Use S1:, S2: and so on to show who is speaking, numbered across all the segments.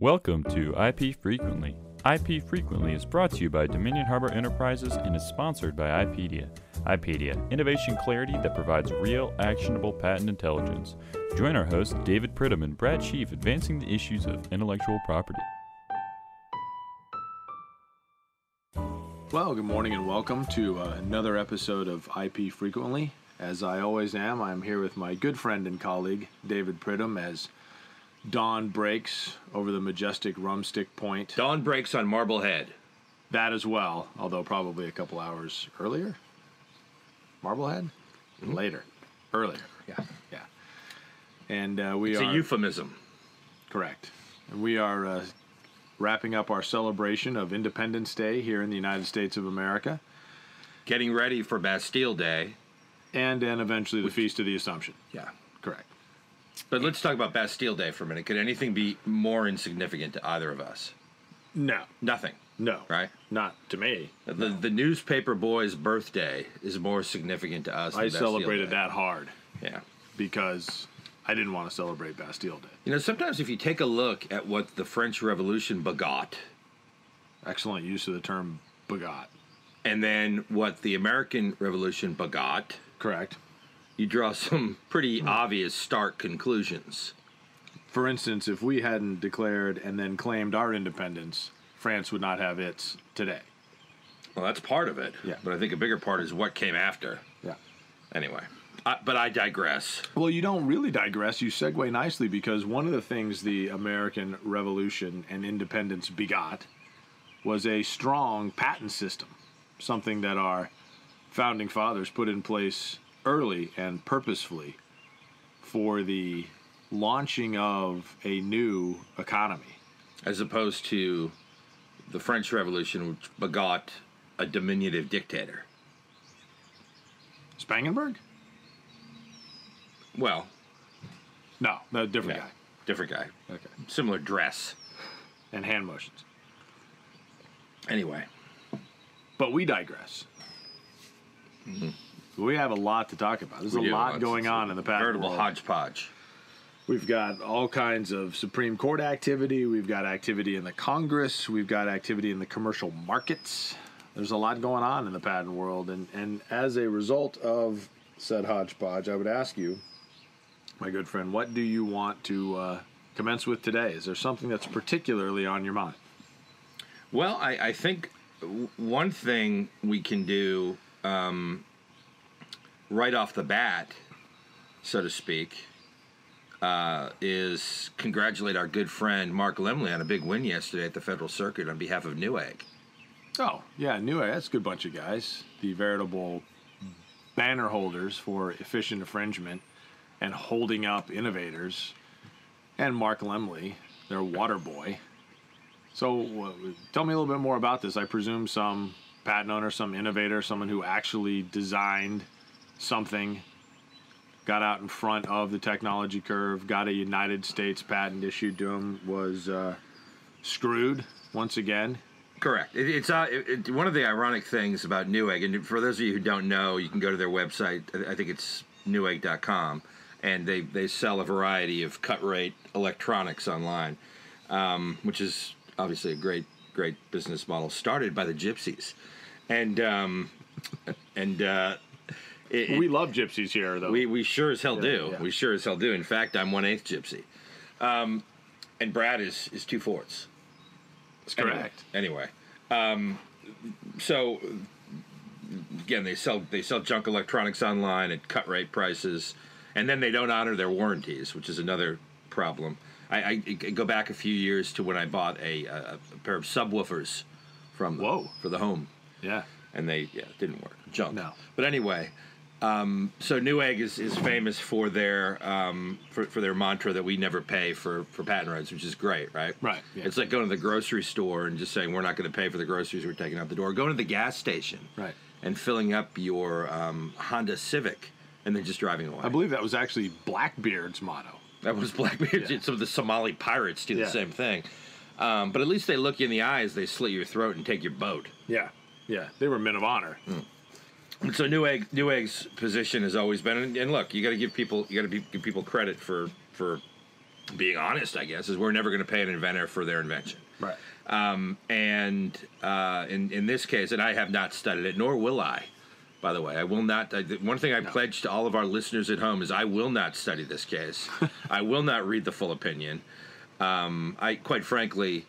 S1: Welcome to IP Frequently. IP Frequently is brought to you by Dominion Harbor Enterprises and is sponsored by IPedia. IPedia, innovation clarity that provides real, actionable patent intelligence. Join our hosts, David Pridham and Brad Sheaf, advancing the issues of intellectual property.
S2: Well, good morning and welcome to uh, another episode of IP Frequently. As I always am, I'm here with my good friend and colleague, David Pridham, as dawn breaks over the majestic Rumstick Point.
S3: Dawn breaks on Marblehead.
S2: That as well, although probably a couple hours earlier. Marblehead?
S3: Mm-hmm.
S2: Later. Earlier. Yeah. Yeah. And uh, we
S3: It's
S2: are.
S3: a euphemism.
S2: Correct. And we are uh, wrapping up our celebration of Independence Day here in the United States of America
S3: Getting ready for Bastille Day.
S2: and then eventually the Feast of the Assumption.
S3: Yeah.
S2: Correct.
S3: But let's talk about Bastille Day for a minute. Could anything be more insignificant to either of us?
S2: No.
S3: Nothing.
S2: No.
S3: Right?
S2: Not to me.
S3: The, the newspaper boy's birthday is more significant to us.
S2: I
S3: than Bastille
S2: celebrated
S3: Day.
S2: that hard
S3: Yeah.
S2: because I didn't want to celebrate Bastille Day.
S3: You know, sometimes if you take a look at what the French Revolution begot
S2: Excellent use of the term begot.
S3: and then what the American Revolution begot,
S2: Correct.
S3: you draw some pretty
S2: Hmm.
S3: obvious, stark conclusions.
S2: For instance, if we hadn't declared and then claimed our independence, France would not have its today.
S3: Well, that's part of it.
S2: Yeah.
S3: But I think a bigger part is what came after.
S2: Yeah.
S3: Anyway, I, but I digress.
S2: Well, you don't really digress. You segue nicely because one of the things the American Revolution and independence begot was a strong patent system, something that our founding fathers put in place early and purposefully for the launching of a new economy.
S3: As opposed to the French Revolution, which begot a diminutive dictator.
S2: Spangenberg?
S3: Well,
S2: No, no, different
S3: yeah, different guy,
S2: guy. Okay.
S3: similar dress.
S2: And hand motions.
S3: Anyway,
S2: But we digress. We have a lot to talk about. There's
S3: Mm-hmm. we
S2: a
S3: do.
S2: lot
S3: It's-
S2: going
S3: it's a
S2: on in the patent
S3: Veritable
S2: world.
S3: hodgepodge.
S2: We've got all kinds of Supreme Court activity. We've got activity in the Congress. We've got activity in the commercial markets. There's a lot going on in the patent world. And, and as a result of said hodgepodge, I would ask you, my good friend, what do you want to uh, commence with today? Is there something that's particularly on your mind?
S3: Well, I, I think w- one thing we can do um, right off the bat, so to speak, uh, is congratulate our good friend Mark Lemley on a big win yesterday at the Federal Circuit on behalf of Newegg.
S2: Oh, yeah, Newegg. That's a good bunch of guys. The veritable banner holders for efficient infringement and holding up innovators. And Mark Lemley, their water boy. So wh- tell me a little bit more about this. I presume some patent owner, some innovator, someone who actually designed something, got out in front of the technology curve, got a United States patent issued to him, was uh, screwed once again.
S3: Correct. It, it's uh, it, it- one of the ironic things about Newegg, and for those of you who don't know, you can go to their website. uh, I- I think it's newegg.com, and they, they sell a variety of cut rate electronics online, um, which is obviously a great great business model started by the Gypsies, and um, and uh, it,
S2: We love gypsies here, though.
S3: we, we sure as hell do.
S2: yeah.
S3: We sure as hell do. In fact, I'm one eighth gypsy, um, and Brad is is two fourths.
S2: That's
S3: Anyway-
S2: correct.
S3: Anyway, um, so again, they sell they sell junk electronics online at cut rate prices, and then they don't honor their warranties, which is another problem. I, I, I go back a few years to when I bought a, a, a pair of subwoofers from them
S2: Whoa.
S3: for the home,
S2: Yeah.
S3: and they yeah it didn't work junk.
S2: No.
S3: But anyway. Um, so Newegg is, is famous for their um, for, for their mantra that we never pay for, for patent rights, which is great, right?
S2: Right, yeah.
S3: It's like going to the grocery store and just saying we're not going to pay for the groceries we're taking out the door. Going to the gas station,
S2: Right.
S3: and filling up your um, Honda Civic and then just driving away.
S2: I believe that was actually Blackbeard's motto.
S3: That was Blackbeard.
S2: Yeah.
S3: Some of the Somali pirates do
S2: Yeah.
S3: the same thing, um, but at least they look you in the eye as they slit your throat and take your boat.
S2: Yeah. Yeah. They were men of honor.
S3: And so Newegg Newegg's position has always been, and, and look, you got to give people you got to give people credit for for being honest, I guess, is we're never going to pay an inventor for their invention.
S2: Right.
S3: Um, and uh, in in this case, and I have not studied it, nor will I. By the way, I will not. I, the one thing I pledge to all of our listeners at home is I will not study this case. I will not read the full opinion. Um, I quite frankly,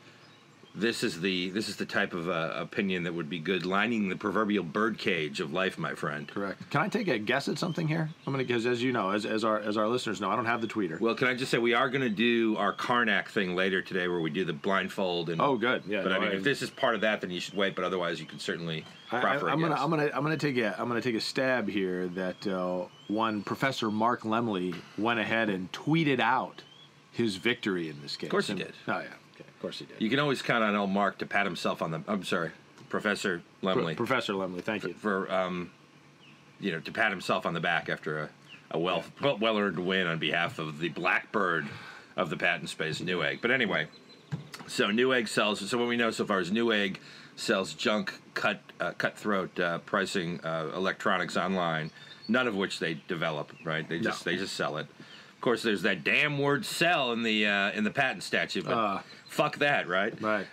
S3: this is the this is the type of uh, opinion that would be good lining the proverbial birdcage of life, my friend.
S2: Correct. Can I take a guess at something here? I'm gonna because as you know, as, as our as our listeners know, I don't have the tweeter.
S3: Well, can I just say we are going to do our Karnak thing later today, where we do the blindfold and
S2: Oh, good. Yeah,
S3: But I
S2: no,
S3: mean,
S2: I-
S3: if this is part of that, then you should wait. But otherwise, you can certainly
S2: I,
S3: proffer. I,
S2: am gonna I'm gonna I'm gonna take a I'm gonna take a stab here that uh, one Professor Mark Lemley went ahead and tweeted out his victory in this case. Of
S3: course he did.
S2: Oh yeah. Okay. Of course he did.
S3: You can always count on old Mark to pat himself on the. I'm sorry, Professor
S2: Pro-
S3: Lemley,
S2: Professor Lemley, thank you.
S3: for um, you know, to pat himself on the back after a, a well well earned win on behalf of the Blackbird of the patent space, Newegg. But anyway, so Newegg sells. So what we know so far is Newegg sells junk, cut uh, cutthroat uh, pricing uh, electronics online, none of which they develop. Right? They just
S2: No.
S3: they just sell it. Of course, there's that damn word "sell" in the uh, in the patent statute, but
S2: Ah.
S3: fuck that, right?
S2: Right.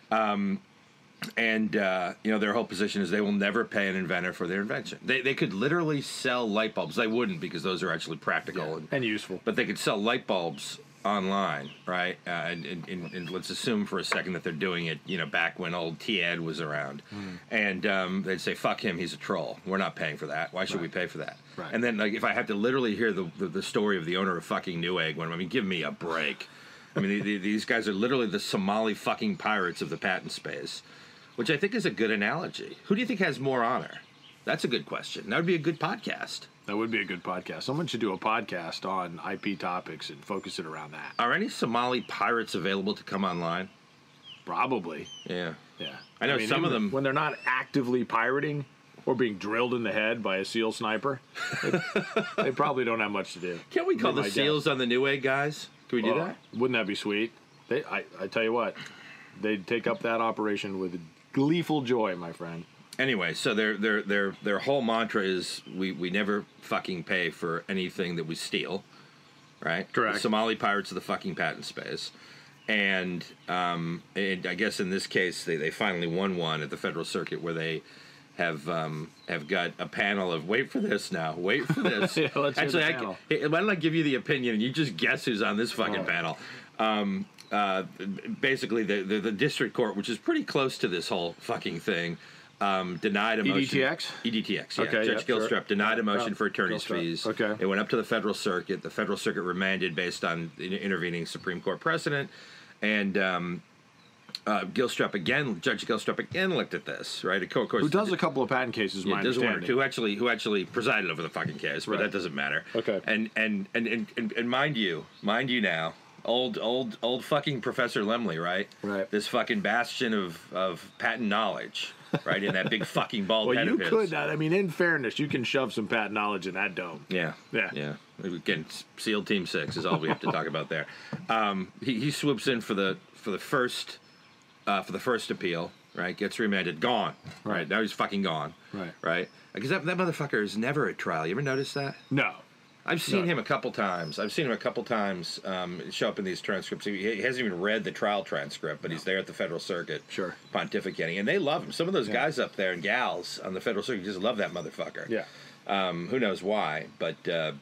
S3: and uh, you know their whole position is they will never pay an inventor for their invention. They, they could literally sell light bulbs. They wouldn't because those are actually practical. And,
S2: and useful.
S3: but they could sell light bulbs online, right? Uh, and, and, and, and let's assume for a second that they're doing it, you know, back when old T Ed was around,
S2: Hmm.
S3: and um, they'd say, "Fuck him, he's a troll. We're not paying for that. Why should we pay for that?"
S2: Right.
S3: And then like if I had to literally hear the, the, the story of the owner of fucking Newegg, when I mean, give me a break. I mean, the, the, these guys are literally the Somali fucking pirates of the patent space, which I think is a good analogy. Who do you think has more honor? That's a good question. That would be a good podcast.
S2: That would be a good podcast. Someone should do a podcast on IP topics and focus it around that.
S3: Are any Somali pirates available to come online?
S2: Probably.
S3: Yeah.
S2: Yeah.
S3: I know some of
S2: even
S3: them-
S2: when they're not actively pirating or being drilled in the head by a SEAL sniper. They, they probably don't have much to do.
S3: Can we call
S2: Be
S3: the
S2: my guess.
S3: SEALs on the New Egg guys? Can we do
S2: Well,
S3: that?
S2: Wouldn't that be sweet? They, I, I tell you what, they'd take up that operation with gleeful joy, my friend.
S3: Anyway, so their their their their whole mantra is we we never fucking pay for anything that we steal, right?
S2: Correct.
S3: The Somali pirates of the fucking patent space, and um, and I guess in this case they, they finally won one at the federal circuit where they. Have um, have got a panel of wait for this now wait for this
S2: Yeah, let's hear
S3: actually
S2: the
S3: I
S2: panel.
S3: ca- hey, why don't I give you the opinion and you just guess who's on this fucking
S2: Oh.
S3: panel um, uh, basically the, the the district court, which is pretty close to this whole fucking thing, um, denied a motion. E
S2: EDTX?
S3: EDTX. Yeah.
S2: Okay,
S3: Judge
S2: yeah,
S3: Gilstrap
S2: sure.
S3: denied a motion
S2: Yeah,
S3: for attorney's
S2: Gilstrap.
S3: fees.
S2: Okay.
S3: It went up to the federal circuit. The federal circuit remanded based on in- intervening Supreme Court precedent, and. Um, uh, Gilstrap again, Judge Gilstrap again looked at this, right? Of course,
S2: Who does a couple of patent cases, my
S3: yeah, doesn't work.
S2: understanding.
S3: Who actually who actually presided over the fucking case, but
S2: Right.
S3: that doesn't matter.
S2: Okay.
S3: And and, and and and and mind you, mind you now, old old old fucking Professor Lemley, right?
S2: Right.
S3: This fucking bastion of of patent knowledge, right? In that big fucking bald
S2: Well,
S3: head
S2: you
S3: of his.
S2: could. I mean, in fairness, you can shove some patent knowledge in that dome.
S3: Yeah.
S2: Yeah.
S3: Yeah. Again, SEAL Team Six is all we have to talk about there. Um, he, he swoops in for the for the first uh, for the first appeal, right? Gets remanded, gone. Right.
S2: Right.
S3: Now he's fucking gone.
S2: Right.
S3: Right. Because that, that motherfucker is never at trial. You ever notice that?
S2: No.
S3: I've seen
S2: No.
S3: him a couple times. I've seen him a couple times um, show up in these transcripts. He, he hasn't even read the trial transcript, but he's there at the federal circuit,
S2: Sure.
S3: pontificating, and they love him. Some of those guys up there and gals on the federal circuit just love that motherfucker.
S2: Yeah.
S3: Um, who knows why? But uh,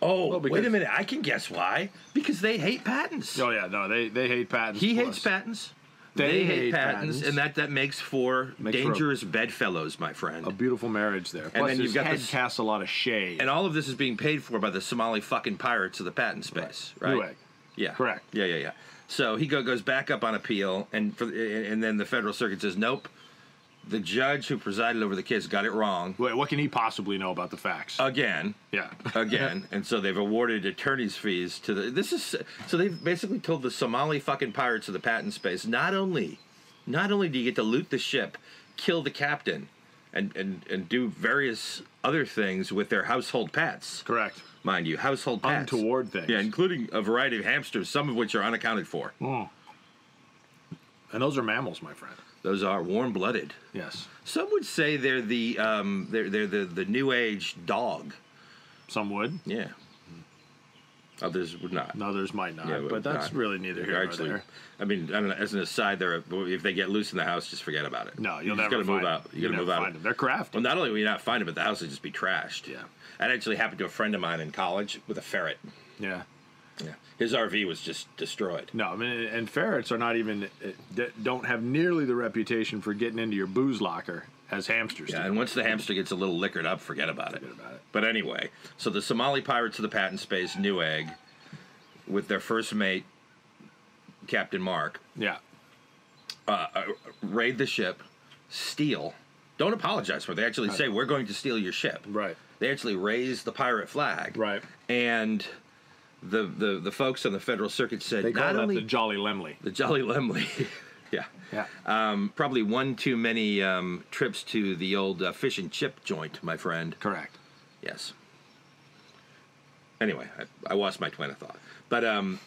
S3: oh,
S2: Well,
S3: wait a
S2: because-
S3: minute! I can guess why. Because they hate patents.
S2: Oh yeah. No. They they hate patents.
S3: he
S2: plus.
S3: hates patents.
S2: They
S3: hate,
S2: hate
S3: patents,
S2: patents.
S3: and that that makes for
S2: Makes for a-
S3: dangerous bedfellows, my friend.
S2: A beautiful marriage there. Plus, his
S3: then you've got
S2: head
S3: this-
S2: casts a lot of shade.
S3: and all of this is being paid for by the Somali fucking pirates of the patent space, right?
S2: Newegg.
S3: Yeah.
S2: Correct.
S3: Yeah, yeah, yeah. So he go, goes back up on appeal, and for, and and then the federal circuit says, nope. The judge who presided over the case got it wrong
S2: Wait, what can he possibly know about the facts?
S3: Uh, again.
S2: yeah.
S3: Again, and so they've awarded attorneys' fees to the. This is so they've basically told the Somali fucking pirates of the patent space. Not only, not only do you get to loot the ship, kill the captain, and and and do various other things with their household pets
S2: Correct.
S3: mind you, household pets.
S2: Untoward things.
S3: Yeah, including a variety of hamsters, some of which are unaccounted for.
S2: Hmm. And those are mammals, my friend.
S3: Those are warm-blooded.
S2: Yes.
S3: Some would say they're the um, they're they're the, the new age dog.
S2: Some would.
S3: Yeah. Others would not.
S2: and others might not.
S3: Yeah,
S2: but that's
S3: not-
S2: really neither here
S3: actually-
S2: nor there.
S3: I mean, I don't know. As an aside, there, if they get loose in the house, just forget about it.
S2: No, you'll
S3: you just
S2: never
S3: gotta
S2: find
S3: move out.
S2: Them.
S3: You gotta
S2: never
S3: move out.
S2: find them. They're crafty.
S3: Well, not only will you not find it, but the house would just be trashed.
S2: Yeah.
S3: That actually happened to a friend of mine in college with a ferret.
S2: yeah.
S3: Yeah. His RV was just destroyed.
S2: No, I mean, and ferrets are not even that don't have nearly the reputation for getting into your booze locker as hamsters
S3: Yeah,
S2: do.
S3: and once the hamster gets a little liquored up, forget about it.
S2: about it.
S3: But anyway, so the Somali pirates of the patent space, Newegg, with their first mate, Captain Mark,
S2: Yeah,
S3: raid the ship, steal. Don't apologize for it. They actually say, We're going to steal your ship.
S2: Right.
S3: They actually raise the pirate flag.
S2: Right.
S3: And the the, the folks on the federal circuit said,
S2: they call
S3: Not
S2: that
S3: only
S2: the Jolly Lemley.
S3: the Jolly Lemley. yeah.
S2: Yeah,
S3: Um, probably one too many um, trips to the old uh, fish and chip joint, my friend.
S2: correct.
S3: Yes. Anyway, I, I lost my twin of thought, but um,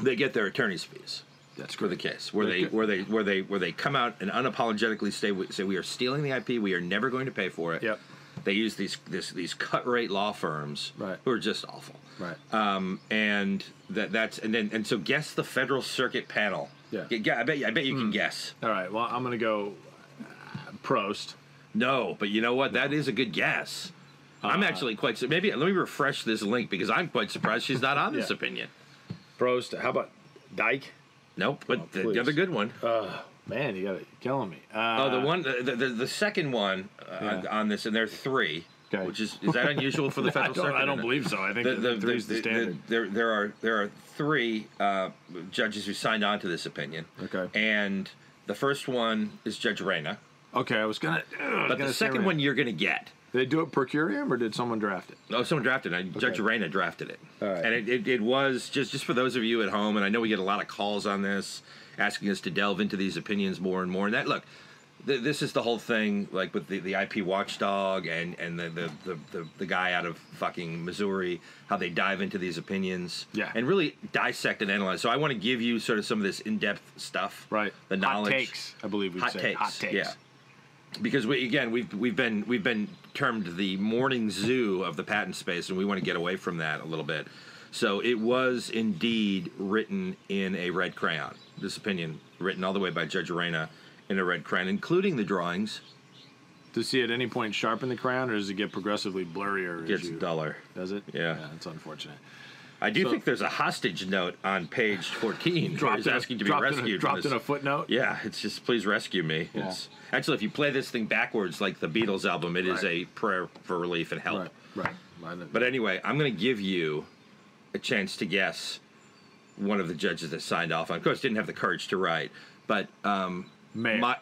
S3: they get their attorney's fees
S2: That's
S3: for the
S2: correct.
S3: case where
S2: Very
S3: they
S2: good.
S3: where they where they where they come out and unapologetically say we, say we are stealing the IP, we are never going to pay for it.
S2: Yep.
S3: They use these this, these cut rate law firms
S2: Right.
S3: who are just awful.
S2: Right.
S3: Um, and that that's and then and so guess the federal circuit panel.
S2: Yeah. Hmm.
S3: Gu- gu- I bet you, I bet you can guess.
S2: All right. Well, I'm gonna go uh, Prost.
S3: No, but you know what? That is a good guess.
S2: Uh,
S3: I'm actually quite su- maybe let me refresh this link because I'm quite surprised she's not on this
S2: Yeah.
S3: opinion.
S2: Prost. How about Dyke?
S3: Nope, but the, the
S2: Oh, please. Uh,
S3: other good one.
S2: Man, you gotta you're killing me. Uh,
S3: oh, the one, the, the, the second one uh, on-
S2: Yeah.
S3: on this, and there are three,
S2: Okay.
S3: which is is that unusual for the
S2: I
S3: federal
S2: don't,
S3: circuit?
S2: I
S3: or
S2: don't
S3: not?
S2: believe so. I think
S3: The,
S2: the,
S3: the, the,
S2: three's the,
S3: the-
S2: standard.
S3: there, there are there are three uh, judges who signed on to this opinion.
S2: Okay.
S3: And the first one is Judge Reyna,
S2: okay, I was gonna. ugh, I was
S3: but
S2: gonna
S3: the
S2: say
S3: second
S2: Rand.
S3: one you're going to get.
S2: Did they do it per curiam or did someone draft it?
S3: Oh, someone drafted it. Judge Reyna drafted it.
S2: All right.
S3: And it, it, it was just just for those of you at home, and I know we get a lot of calls on this, asking us to delve into these opinions more and more. And that look, th- this is the whole thing, like with the, the IP watchdog and and the the, the the the guy out of fucking Missouri, how they dive into these opinions,
S2: Yeah.
S3: and really dissect and analyze. So I want to give you sort of some of this in depth stuff,
S2: Right.
S3: The knowledge,
S2: Hot takes. I believe we
S3: hot
S2: say
S3: takes,
S2: hot takes.
S3: yeah. Because we again we've we've been we've been termed the morning zoo of the patent space, and we want to get away from that a little bit. So it was indeed written in a red crayon. This opinion written all the way by Judge Arena in a red crayon, including the drawings.
S2: Does he at any point sharpen the crayon, or does it get progressively blurrier? as
S3: Gets
S2: you-
S3: duller.
S2: Does it?
S3: Yeah.
S2: that's unfortunate.
S3: I do
S2: So-
S3: think there's a hostage note on page 14. Dropped
S2: in a-
S3: asking to be
S2: dropped in a-
S3: rescued. from
S2: dropped
S3: this-
S2: in a footnote.
S3: Yeah, it's just please rescue me.
S2: Yeah.
S3: It's actually if you play this thing backwards like the Beatles album, it is
S2: Right.
S3: a prayer for relief and help.
S2: Right. Right. Mine-
S3: But anyway, I'm going to give you a chance to guess one of the judges that signed off on. Of course, didn't have the courage to write, but um,
S2: Mayer.
S3: my.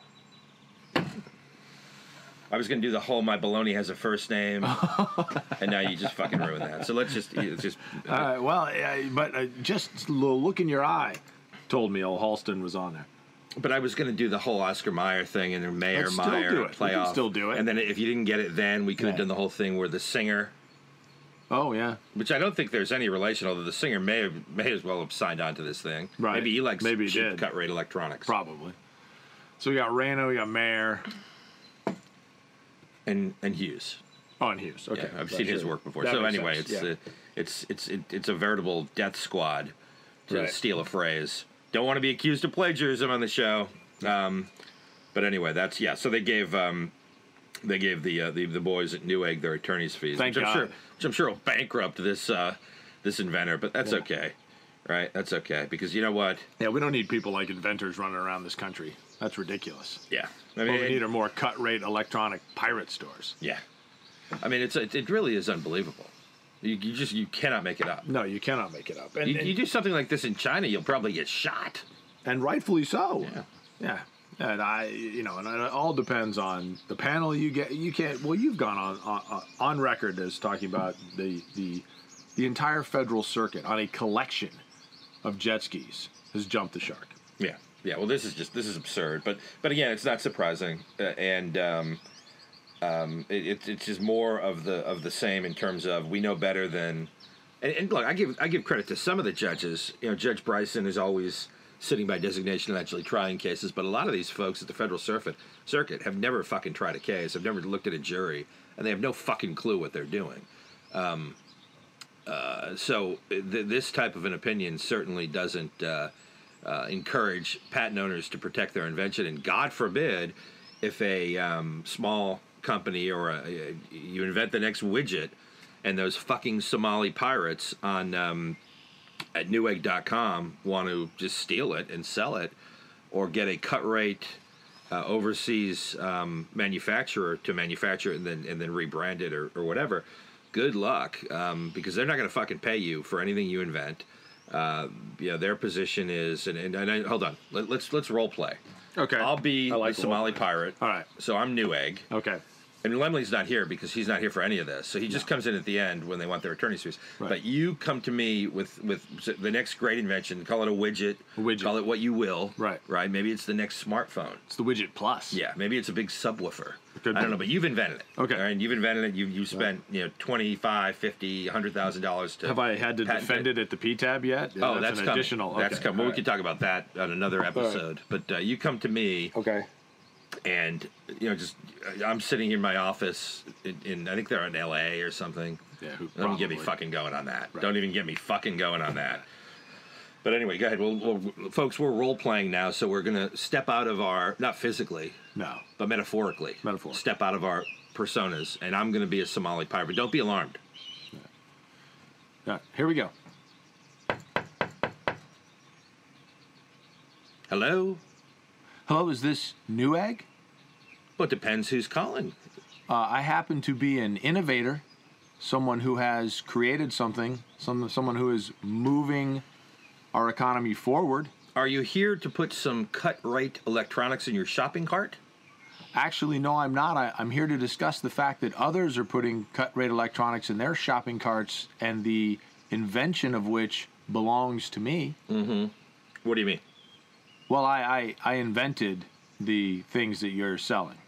S3: I was going to do the whole my baloney has a first name, and now you just fucking ruined that. So let's just it's just
S2: All right. Well, I, but uh, just the look in your eye told me old Halston was on there.
S3: But I was going to do the whole Oscar Mayer thing and then Mayer
S2: Let's still
S3: Meyer
S2: do it. We
S3: playoff.
S2: can still do it.
S3: And then if you didn't get it, then we could have
S2: Yeah.
S3: done the whole thing where the singer,
S2: Oh yeah.
S3: which I don't think there's any relation, although the singer may have, may as well have signed on to this thing.
S2: Right.
S3: Maybe he likes
S2: Maybe he
S3: cheap
S2: did.
S3: cut rate electronics.
S2: Probably. So we got Rano, we got Mayer,
S3: and and Hughes.
S2: oh, and Hughes. Okay,
S3: Yeah, I've
S2: That's
S3: seen his
S2: it.
S3: work before.
S2: That
S3: so
S2: makes
S3: anyway,
S2: sense.
S3: it's uh,
S2: Yeah.
S3: a, it's it's it, it's a veritable death squad to
S2: Right.
S3: steal a phrase. Don't want to be accused of plagiarism on the show. Um, but anyway, that's yeah. So they gave um, they gave the, uh, the the boys at Newegg their attorney's fees,
S2: Thank
S3: which I'm sure
S2: God.
S3: which I'm sure will bankrupt this uh, this inventor. But that's okay, right? That's okay because you know what?
S2: yeah. We don't need people like inventors running around this country. That's ridiculous.
S3: Yeah, I mean,
S2: What we need are more cut rate electronic pirate stores.
S3: yeah. I mean, it's it, it really is unbelievable. You, you just you cannot make it up.
S2: No, you cannot make it up. And,
S3: You,
S2: and-
S3: you do something like this in China, you'll probably get shot.
S2: and rightfully so.
S3: Yeah.
S2: Yeah. And I, you know, and it all depends on the panel you get. You can't. Well, you've gone on on, on record as talking about the the the entire federal circuit on a collection of jet skis has jumped the shark.
S3: Yeah, yeah. Well, this is just this is absurd, but but again, it's not surprising, uh, and um, um, it, it, it's just more of the of the same in terms of we know better than. And, and look, I give I give credit to some of the judges. You know, Judge Bryson is always sitting by designation and actually trying cases, but a lot of these folks at the federal circuit circuit have never fucking tried a case, have never looked at a jury, and they have no fucking clue what they're doing. Um, Uh, so th- this type of an opinion certainly doesn't uh, uh, encourage patent owners to protect their invention, and God forbid if a um, small company or a, a- you invent the next widget, and those fucking Somali pirates on um, at Newegg.com want to just steal it and sell it, or get a cut rate uh, overseas um, manufacturer to manufacture it and then and then rebrand it or, or whatever. Good luck, um, because they're not going to fucking pay you for anything you invent. Uh, you know, their position is and and, and I, hold on, Let, let's let's role play.
S2: Okay.
S3: I'll be
S2: I like
S3: the
S2: role
S3: Somali pirate.
S2: All right.
S3: So I'm Newegg.
S2: Okay.
S3: And Lemley's not here because he's not here for any of this. So he just comes in at the end when they want their attorney's fees.
S2: Right.
S3: But you come to me with with the next great invention. Call it a widget.
S2: widget.
S3: Call it what you will.
S2: Right.
S3: Right. Maybe it's the next smartphone.
S2: It's the widget plus.
S3: Yeah. Maybe it's a big subwoofer.
S2: could
S3: I
S2: be.
S3: don't know, but you've invented it.
S2: Okay.
S3: all right? You've invented it. You you spent you know twenty five, fifty, hundred thousand dollars to
S2: Have I had to
S3: patent
S2: defend it at the P tab yet?
S3: Oh, that's,
S2: an
S3: coming.
S2: additional. Okay.
S3: That's coming. Well,
S2: all
S3: we can talk about that on another episode. But uh, you come to me.
S2: right. Okay.
S3: and you know just i'm sitting in my office in, in i think they're in la or something
S2: Yeah, who-
S3: don't get me
S2: probably.
S3: fucking going on that don't even get me fucking going on that but anyway go ahead well, well folks we're role playing now so we're gonna step out of our not physically
S2: No.
S3: but metaphorically
S2: Metaphorically.
S3: step out of our personas and i'm gonna be a somali pirate don't be alarmed
S2: All right. Here we go.
S3: hello
S2: Hello, is this Newegg?
S3: well it depends who's calling
S2: Uh, I happen to be an innovator, someone who has created something, some, someone who is moving our economy forward.
S3: are you here to put some cut rate electronics in your shopping cart
S2: Actually, no, I'm not. I, I'm here to discuss the fact that others are putting cut rate electronics in their shopping carts and the invention of which belongs to me.
S3: what do you mean
S2: Well, I, I, I invented the things that you're selling.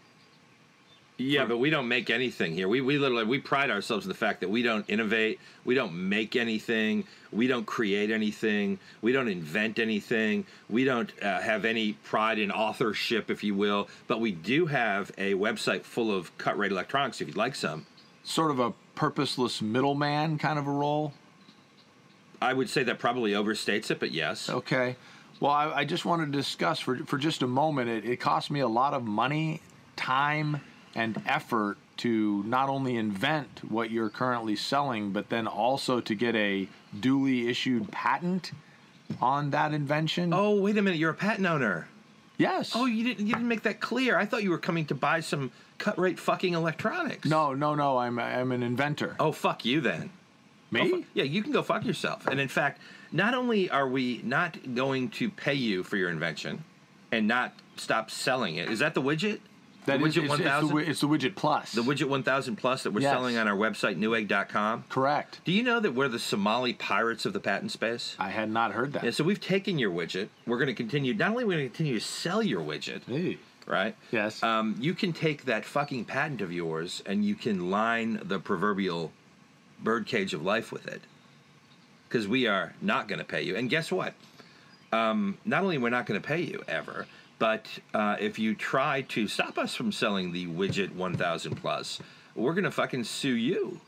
S3: Yeah, but we don't make anything here. We, we literally we pride ourselves in the fact that we don't innovate, we don't make anything, we don't create anything, we don't invent anything, we don't uh, have any pride in authorship, if you will. But we do have a website full of cut rate electronics. If you'd like some,
S2: Sort of a purposeless middleman kind of a role.
S3: I would say that probably overstates it, but yes.
S2: Okay. Well, I, I just wanted to discuss for, for just a moment. It, it cost me a lot of money, time, and effort to not only invent what you're currently selling, but then also to get a duly issued patent on that invention.
S3: Oh, wait a minute, you're a patent owner.
S2: yes.
S3: Oh, you didn't you didn't make that clear. I thought you were coming to buy some cut rate fucking electronics.
S2: no, no, no. I'm I'm an inventor.
S3: Oh, fuck you then.
S2: me?
S3: Go fu- yeah, you can go fuck yourself. And in fact, not only are we not going to pay you for your invention and not stop selling it, is that the widget?
S2: That
S3: the
S2: is-
S3: widget
S2: it's, it's, the,
S3: 1000?
S2: wi- it's the widget plus.
S3: the widget 1000 plus that we're
S2: Yes.
S3: selling on our website, newegg.com.
S2: Correct.
S3: Do you know that we're the Somali pirates of the patent space?
S2: I had not heard that.
S3: And so we've taken your widget. We're going to continue, not only are we going to continue to sell your widget,
S2: Hey.
S3: right?
S2: Yes.
S3: Um, you can take that fucking patent of yours and you can line the proverbial birdcage of life with it. Because we are not going to pay you. And guess what? Um, not only we're not going to pay you ever, but uh, if you try to stop us from selling the widget 1000 plus, we're going to fucking sue you.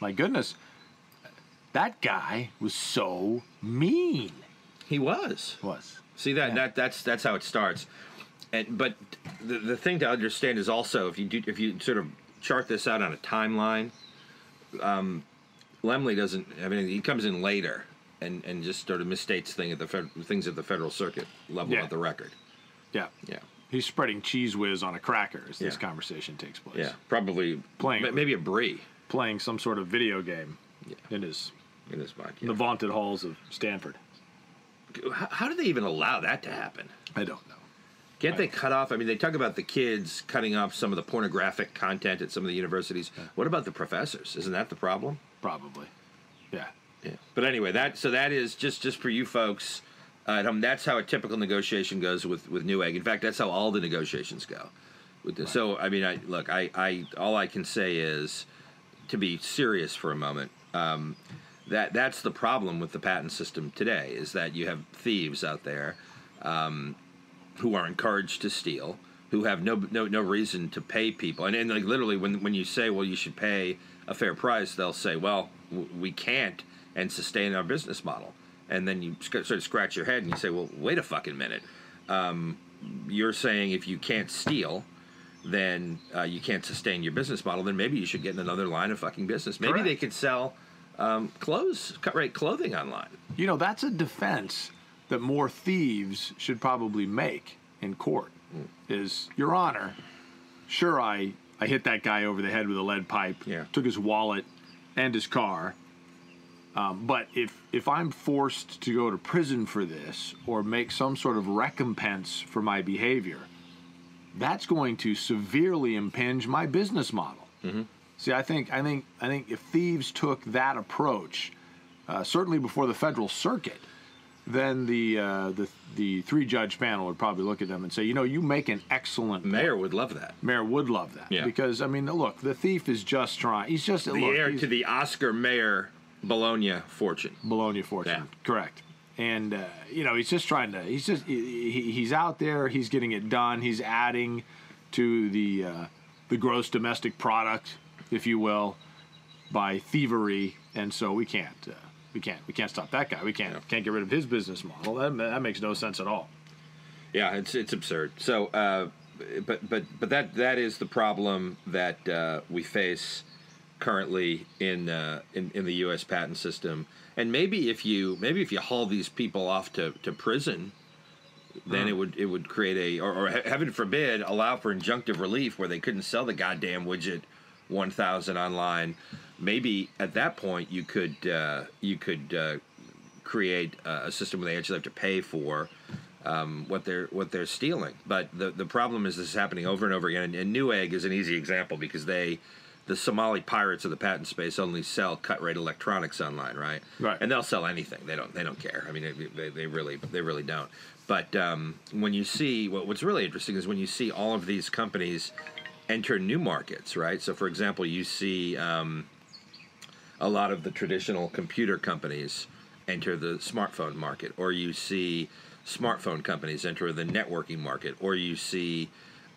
S2: My goodness. That guy was so mean.
S3: He was.
S2: Was.
S3: See that, that that's that's how it starts. And but the, the thing to understand is also if you do if you sort of chart this out on a timeline, um, Lemley doesn't have anything. He comes in later and and just sort of misstates thing at the fed, things at the federal circuit level
S2: Yeah.
S3: of the record.
S2: Yeah.
S3: Yeah.
S2: He's spreading cheese whiz on a cracker as this
S3: Yeah.
S2: conversation takes place.
S3: Yeah, probably
S2: Playing-
S3: ma- maybe a brie
S2: Playing some sort of video game in his
S3: in this mind.
S2: the vaunted halls of Stanford.
S3: How, how do they even allow that to happen?
S2: I don't know.
S3: Can't they cut off? I mean, they talk about the kids cutting off some of the pornographic content at some of the universities. What about the professors? Isn't that the problem?
S2: Probably. Yeah.
S3: Yeah. But anyway, that so that is just just for you folks uh, at home. That's how a typical negotiation goes with with Newegg. In fact, that's how all the negotiations go. With the, So I mean, I look, I I all I can say is to be serious for a moment. Um, that that's the problem with the patent system today is that you have thieves out there who are encouraged to steal, who have no no, no reason to pay people. And, and like literally, when when you say, well, you should pay a fair price, they'll say, well, w- we can't and sustain our business model. And then you sc- sort of scratch your head and you say, well, wait a fucking minute. Um, you're saying if you can't steal, then uh, you can't sustain your business model. Then maybe you should get in another line of fucking business. Maybe
S2: Correct.
S3: they could sell um, clothes, cut rate clothing online.
S2: You know, that's a defense that more thieves should probably make in court. Is Your Honor, sure I I hit that guy over the head with a lead pipe,
S3: Yeah.
S2: took his wallet and his car. Um, but if if I'm forced to go to prison for this or make some sort of recompense for my behavior, that's going to severely impinge my business model.
S3: Mm-hmm.
S2: See, I think I think I think if thieves took that approach, uh, certainly before the federal circuit, then the uh, the the three judge panel would probably look at them and say, you know, you make an excellent
S3: Mayor would love that.
S2: Mayor would love that
S3: Yeah.
S2: because I mean, look, the thief is just trying. He's just
S3: The
S2: look,
S3: heir
S2: he's
S3: to the Oscar Mayor Bologna fortune.
S2: Bologna fortune,
S3: Yeah.
S2: correct? And uh, you know, he's just trying to. He's just he, he- he's out there. He's getting it done. He's adding to the uh, the gross domestic product, if you will, by thievery. And so we can't uh, we can't we can't stop that guy. We can't can't get rid of his business model. That, that makes no sense at all.
S3: Yeah, it's it's absurd. So, uh, but but but that that is the problem that uh, we face currently in, uh, in in the U.S. patent system. And maybe if you maybe if you haul these people off to, to prison, then it would it would create a or, or he- heaven forbid allow for injunctive relief where they couldn't sell the goddamn widget one thousand online. Maybe at that point you could uh, you could uh, create a, a system where they actually have to pay for um, what they're what they're stealing. But the the problem is this is happening over and over again. And, and Newegg is an easy example because they. The Somali pirates of the patent space only sell cut rate electronics online, right?
S2: Right.
S3: And they'll sell anything. They don't. They don't care. I mean, they, they, they really they really don't. But um, when you see what, what's really interesting is when you see all of these companies enter new markets, right? So, for example, you see um, a lot of the traditional computer companies enter the smartphone market, or you see smartphone companies enter the networking market, or you see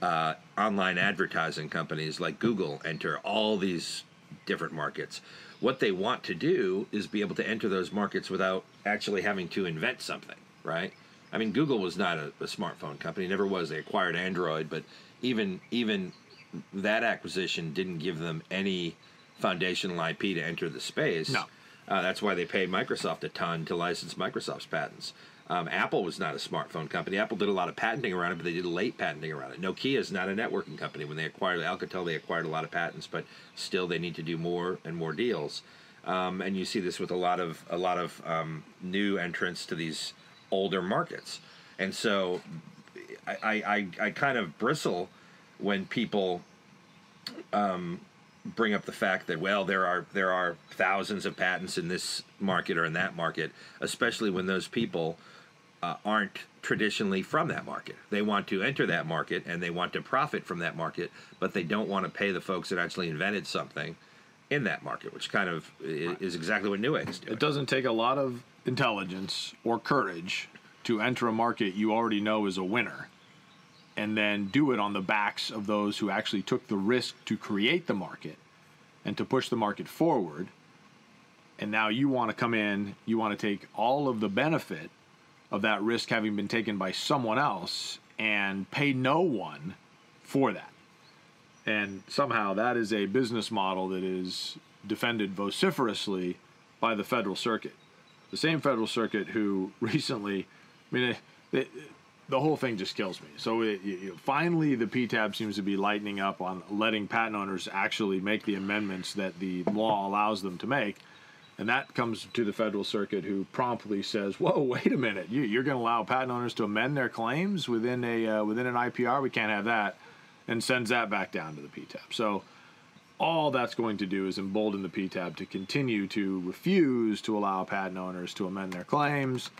S3: uh, online advertising companies like Google enter all these different markets. What they want to do is be able to enter those markets without actually having to invent something, right? I mean, Google was not a, a smartphone company; never was. They acquired Android, but even even that acquisition didn't give them any foundational IP to enter the space.
S2: No.
S3: Uh, that's why they paid Microsoft a ton to license Microsoft's patents. Um, Apple was not a smartphone company. Apple did a lot of patenting around it, but they did late patenting around it. Nokia is not a networking company. When they acquired Alcatel, they acquired a lot of patents, but still they need to do more and more deals. Um, and you see this with a lot of a lot of um, new entrants to these older markets. And so I, I, I, I kind of bristle when people um, bring up the fact that well there are there are thousands of patents in this market or in that market, especially when those people uh, aren't traditionally from that market. They want to enter that market and they want to profit from that market, but they don't want to pay the folks that actually invented something in that market, which kind of i- is exactly what Newegg is doing.
S2: It doesn't take a lot of intelligence or courage to enter a market you already know is a winner and then do it on the backs of those who actually took the risk to create the market and to push the market forward. And now you want to come in, you want to take all of the benefit of that risk having been taken by someone else and pay no one for that. And somehow that is a business model that is defended vociferously by the federal circuit. The same federal circuit who recently, I mean, it, it, the whole thing just kills me. So it, you, you, finally, the PTAB seems to be lightening up on letting patent owners actually make the amendments that the law allows them to make. And that comes to the federal circuit, who promptly says, "Whoa, wait a minute! You, you're going to allow patent owners to amend their claims within a uh, within an IPR? We can't have that," and sends that back down to the PTAB. So all that's going to do is embolden the PTAB to continue to refuse to allow patent owners to amend their claims,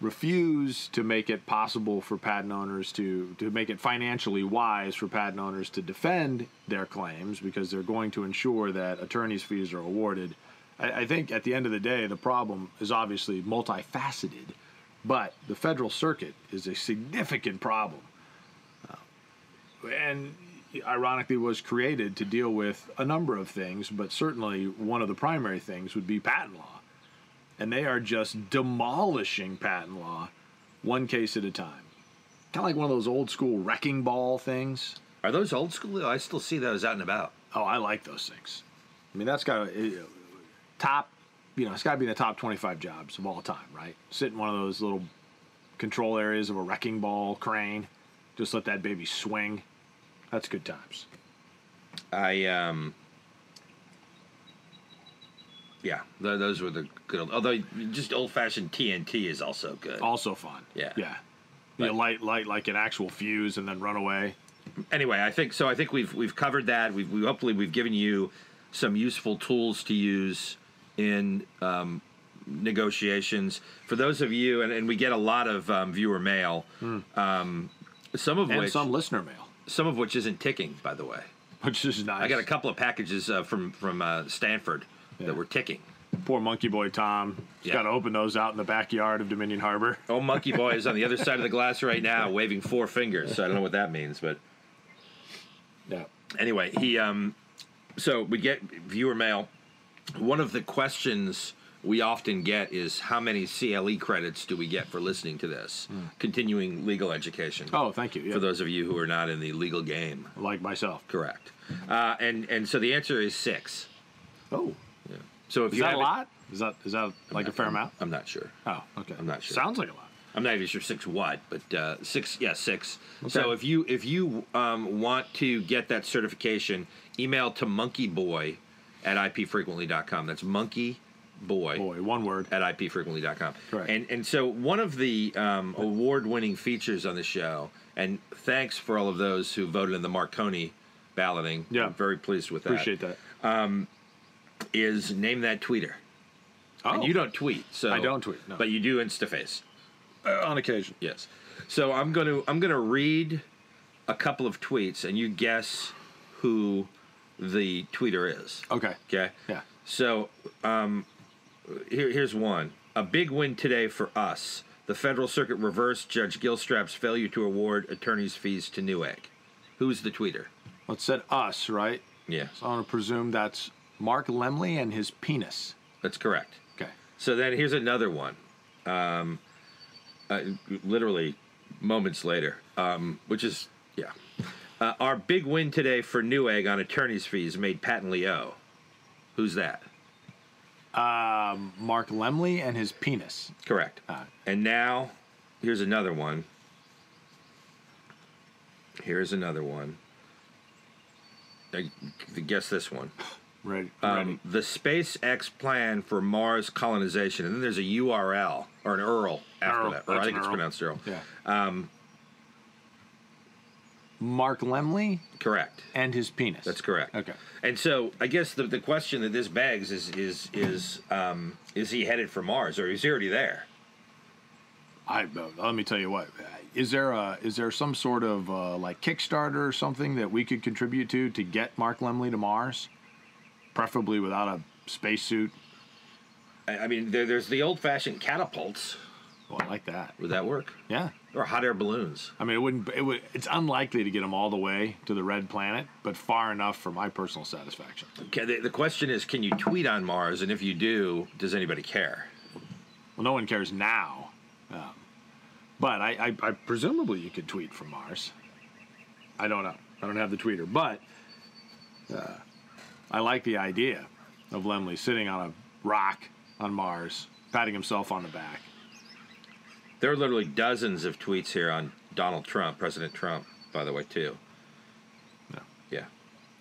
S2: refuse to make it possible for patent owners to to make it financially wise for patent owners to defend their claims because they're going to ensure that attorneys' fees are awarded. I, I think at the end of the day, the problem is obviously multifaceted, but the federal circuit is a significant problem. Uh, and ironically was created to deal with a number of things, but certainly one of the primary things would be patent law. And they are just demolishing patent law one case at a time. Kind of like one of those old school wrecking ball things.
S3: Are those old school? I still see those out and about.
S2: Oh, I like those things. I mean, that's got to top, you know, it's got to be in the top 25 jobs of all time, right? Sit in one of those little control areas of a wrecking ball crane, just let that baby swing. That's good times.
S3: I um. Yeah, tho- those were the good. Old, although just old fashioned TNT is also good.
S2: Also fun.
S3: Yeah.
S2: Yeah. You
S3: Like-
S2: light light like an actual fuse and then run away.
S3: anyway, I think so. I think we've we've covered that. We've we, hopefully we've given you some useful tools to use in um, negotiations. For those of you, and, and we get a lot of um, viewer mail, um, some of
S2: Hmm. And
S3: which
S2: some
S3: some...
S2: listener mail,
S3: of which isn't ticking, by the way.
S2: which is nice.
S3: I got a couple of packages uh, from from uh, Stanford that were ticking.
S2: poor monkey boy Tom. He's
S3: Yeah.
S2: got to open those out in the backyard of Dominion Harbor.
S3: Oh, Monkey Boy is on the other side of the glass right now, waving four fingers. So I don't know what that means, but
S2: Yeah.
S3: anyway, he um so we get viewer mail. One of the questions we often get is how many CLE credits do we get for listening to this? Continuing legal education.
S2: Hmm. Oh, thank you. Yeah.
S3: For those of you who are not in the legal game.
S2: like myself.
S3: Correct. Uh, and and so the answer is 6.
S2: Oh,
S3: So if
S2: is
S3: you
S2: that a
S3: haven't-
S2: lot? Is that is that like a fair amount?
S3: I'm not sure.
S2: Oh, okay. I'm
S3: not sure.
S2: Sounds like a lot.
S3: I'm not even sure six what, but uh, six, yeah, six. So if you if you um, want to get that certification, email to monkeyboy at ipfrequently.com. That's monkey boy,
S2: Boy, one word.
S3: at ipfrequently.com.
S2: Correct.
S3: And and so one of the um, award-winning features on the show, and thanks for all of those who voted in the Marconi balloting.
S2: Yeah.
S3: I'm very pleased with that.
S2: Appreciate that.
S3: Is name that tweeter.
S2: Oh,
S3: And you don't tweet, so
S2: I don't tweet, no.
S3: but you do Instaface.
S2: on occasion.
S3: Yes. So I'm going to I'm going to read a couple of tweets and you guess who the tweeter is.
S2: Okay.
S3: Okay?
S2: Yeah.
S3: So um here, here's one. A big win today for us. The Federal Circuit reversed Judge Gilstrap's failure to award attorneys' fees to Newegg. Who's the tweeter?
S2: Well, it said us, right?
S3: Yes.
S2: So I'm gonna presume that's Mark Lemley and his penis.
S3: That's correct.
S2: Okay.
S3: So then here's another one. Um, uh, literally moments later, um, which is, yeah. Uh, our big win today for Newegg on attorney's fees made patently O. Who's that?
S2: Mark Lemley and his penis.
S3: Correct.
S2: Ah.
S3: and now, here's another one. Here's another one. I, guess this one.
S2: Right.
S3: Um, the SpaceX plan for Mars colonization, and then there's a URL or an URL after
S2: Earl,
S3: that, or I
S2: that's
S3: think
S2: an
S3: it's
S2: Earl.
S3: pronounced URL.
S2: Yeah. Um, Mark Lemley
S3: Correct.
S2: and his penis.
S3: That's correct.
S2: Okay.
S3: And so I guess the, the question that this begs is is is um, is he headed for Mars or is he already there?
S2: I uh, let me tell you what. uh, Is there a is there some sort of uh, like Kickstarter or something that we could contribute to to get Mark Lemley to Mars, preferably without a spacesuit?
S3: I, I mean, there, there's the old-fashioned catapults.
S2: Well, I like that.
S3: Would that work?
S2: Yeah.
S3: Or hot air balloons?
S2: I mean, it wouldn't. It would. It's unlikely to get him all the way to the red planet, but far enough for my personal satisfaction.
S3: Okay, the, the question is, can you tweet on Mars? And if you do, does anybody care?
S2: Well, no one cares now. Um, but I, I, I presumably you could tweet from Mars. I don't know. I don't have the tweeter, but uh, I like the idea of Lemley sitting on a rock on Mars, patting himself on the back.
S3: There are literally dozens of tweets here on Donald Trump, President Trump, by the way, too.
S2: No.
S3: Yeah.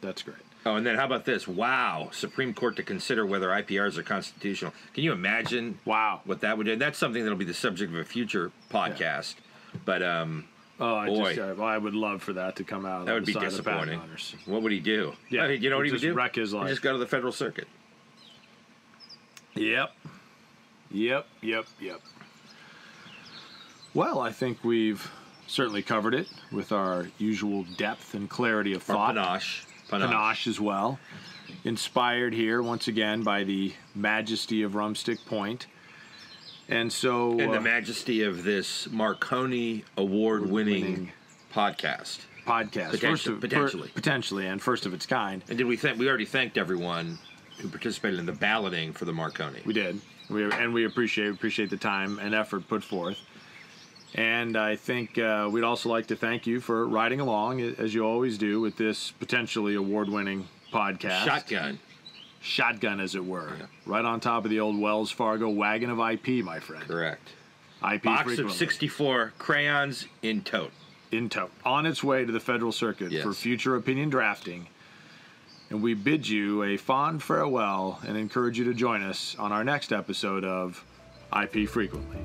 S2: That's great.
S3: Oh, and then how about this? Wow, Supreme Court to consider whether IPRs are constitutional. Can you imagine?
S2: Wow.
S3: what that would do? And that's something that'll be the subject of a future podcast. But um,
S2: Oh, I,
S3: Boy.
S2: Just, I, I would love for that to come out.
S3: that
S2: on
S3: would
S2: the
S3: be
S2: side of Patent
S3: disappointing.
S2: Owners.
S3: What would he do?
S2: Yeah,
S3: I mean, you know what he
S2: he'd
S3: would
S2: just
S3: do?
S2: wreck his
S3: He'd
S2: life.
S3: just go to the federal circuit.
S2: Yep. Yep, yep, yep. Well, I think we've certainly covered it with our usual depth and clarity of
S3: Or
S2: thought.
S3: panache. Panache.
S2: Panache as well. Inspired here once again by the majesty of Rumstick Point. And so
S3: And
S2: uh,
S3: the majesty of this Marconi award winning
S2: Award-winning.
S3: podcast.
S2: podcast. First
S3: Potentially-
S2: of,
S3: potentially.
S2: per- potentially, and first of its kind.
S3: And did we thank? We already thanked everyone who participated in the balloting for the Marconi.
S2: We did. We and we appreciate appreciate the time and effort put forth. And I think uh, we'd also like to thank you for riding along as you always do with this potentially award-winning podcast.
S3: Shotgun.
S2: Shotgun, as it were, right on top of the old Wells Fargo wagon of IP, my friend.
S3: Correct.
S2: IP
S3: Box
S2: frequently.
S3: of 64 crayons in tote.
S2: in tow, on its way to the federal circuit
S3: Yes.
S2: for future opinion drafting. And we bid you a fond farewell and encourage you to join us on our next episode of IP Frequently.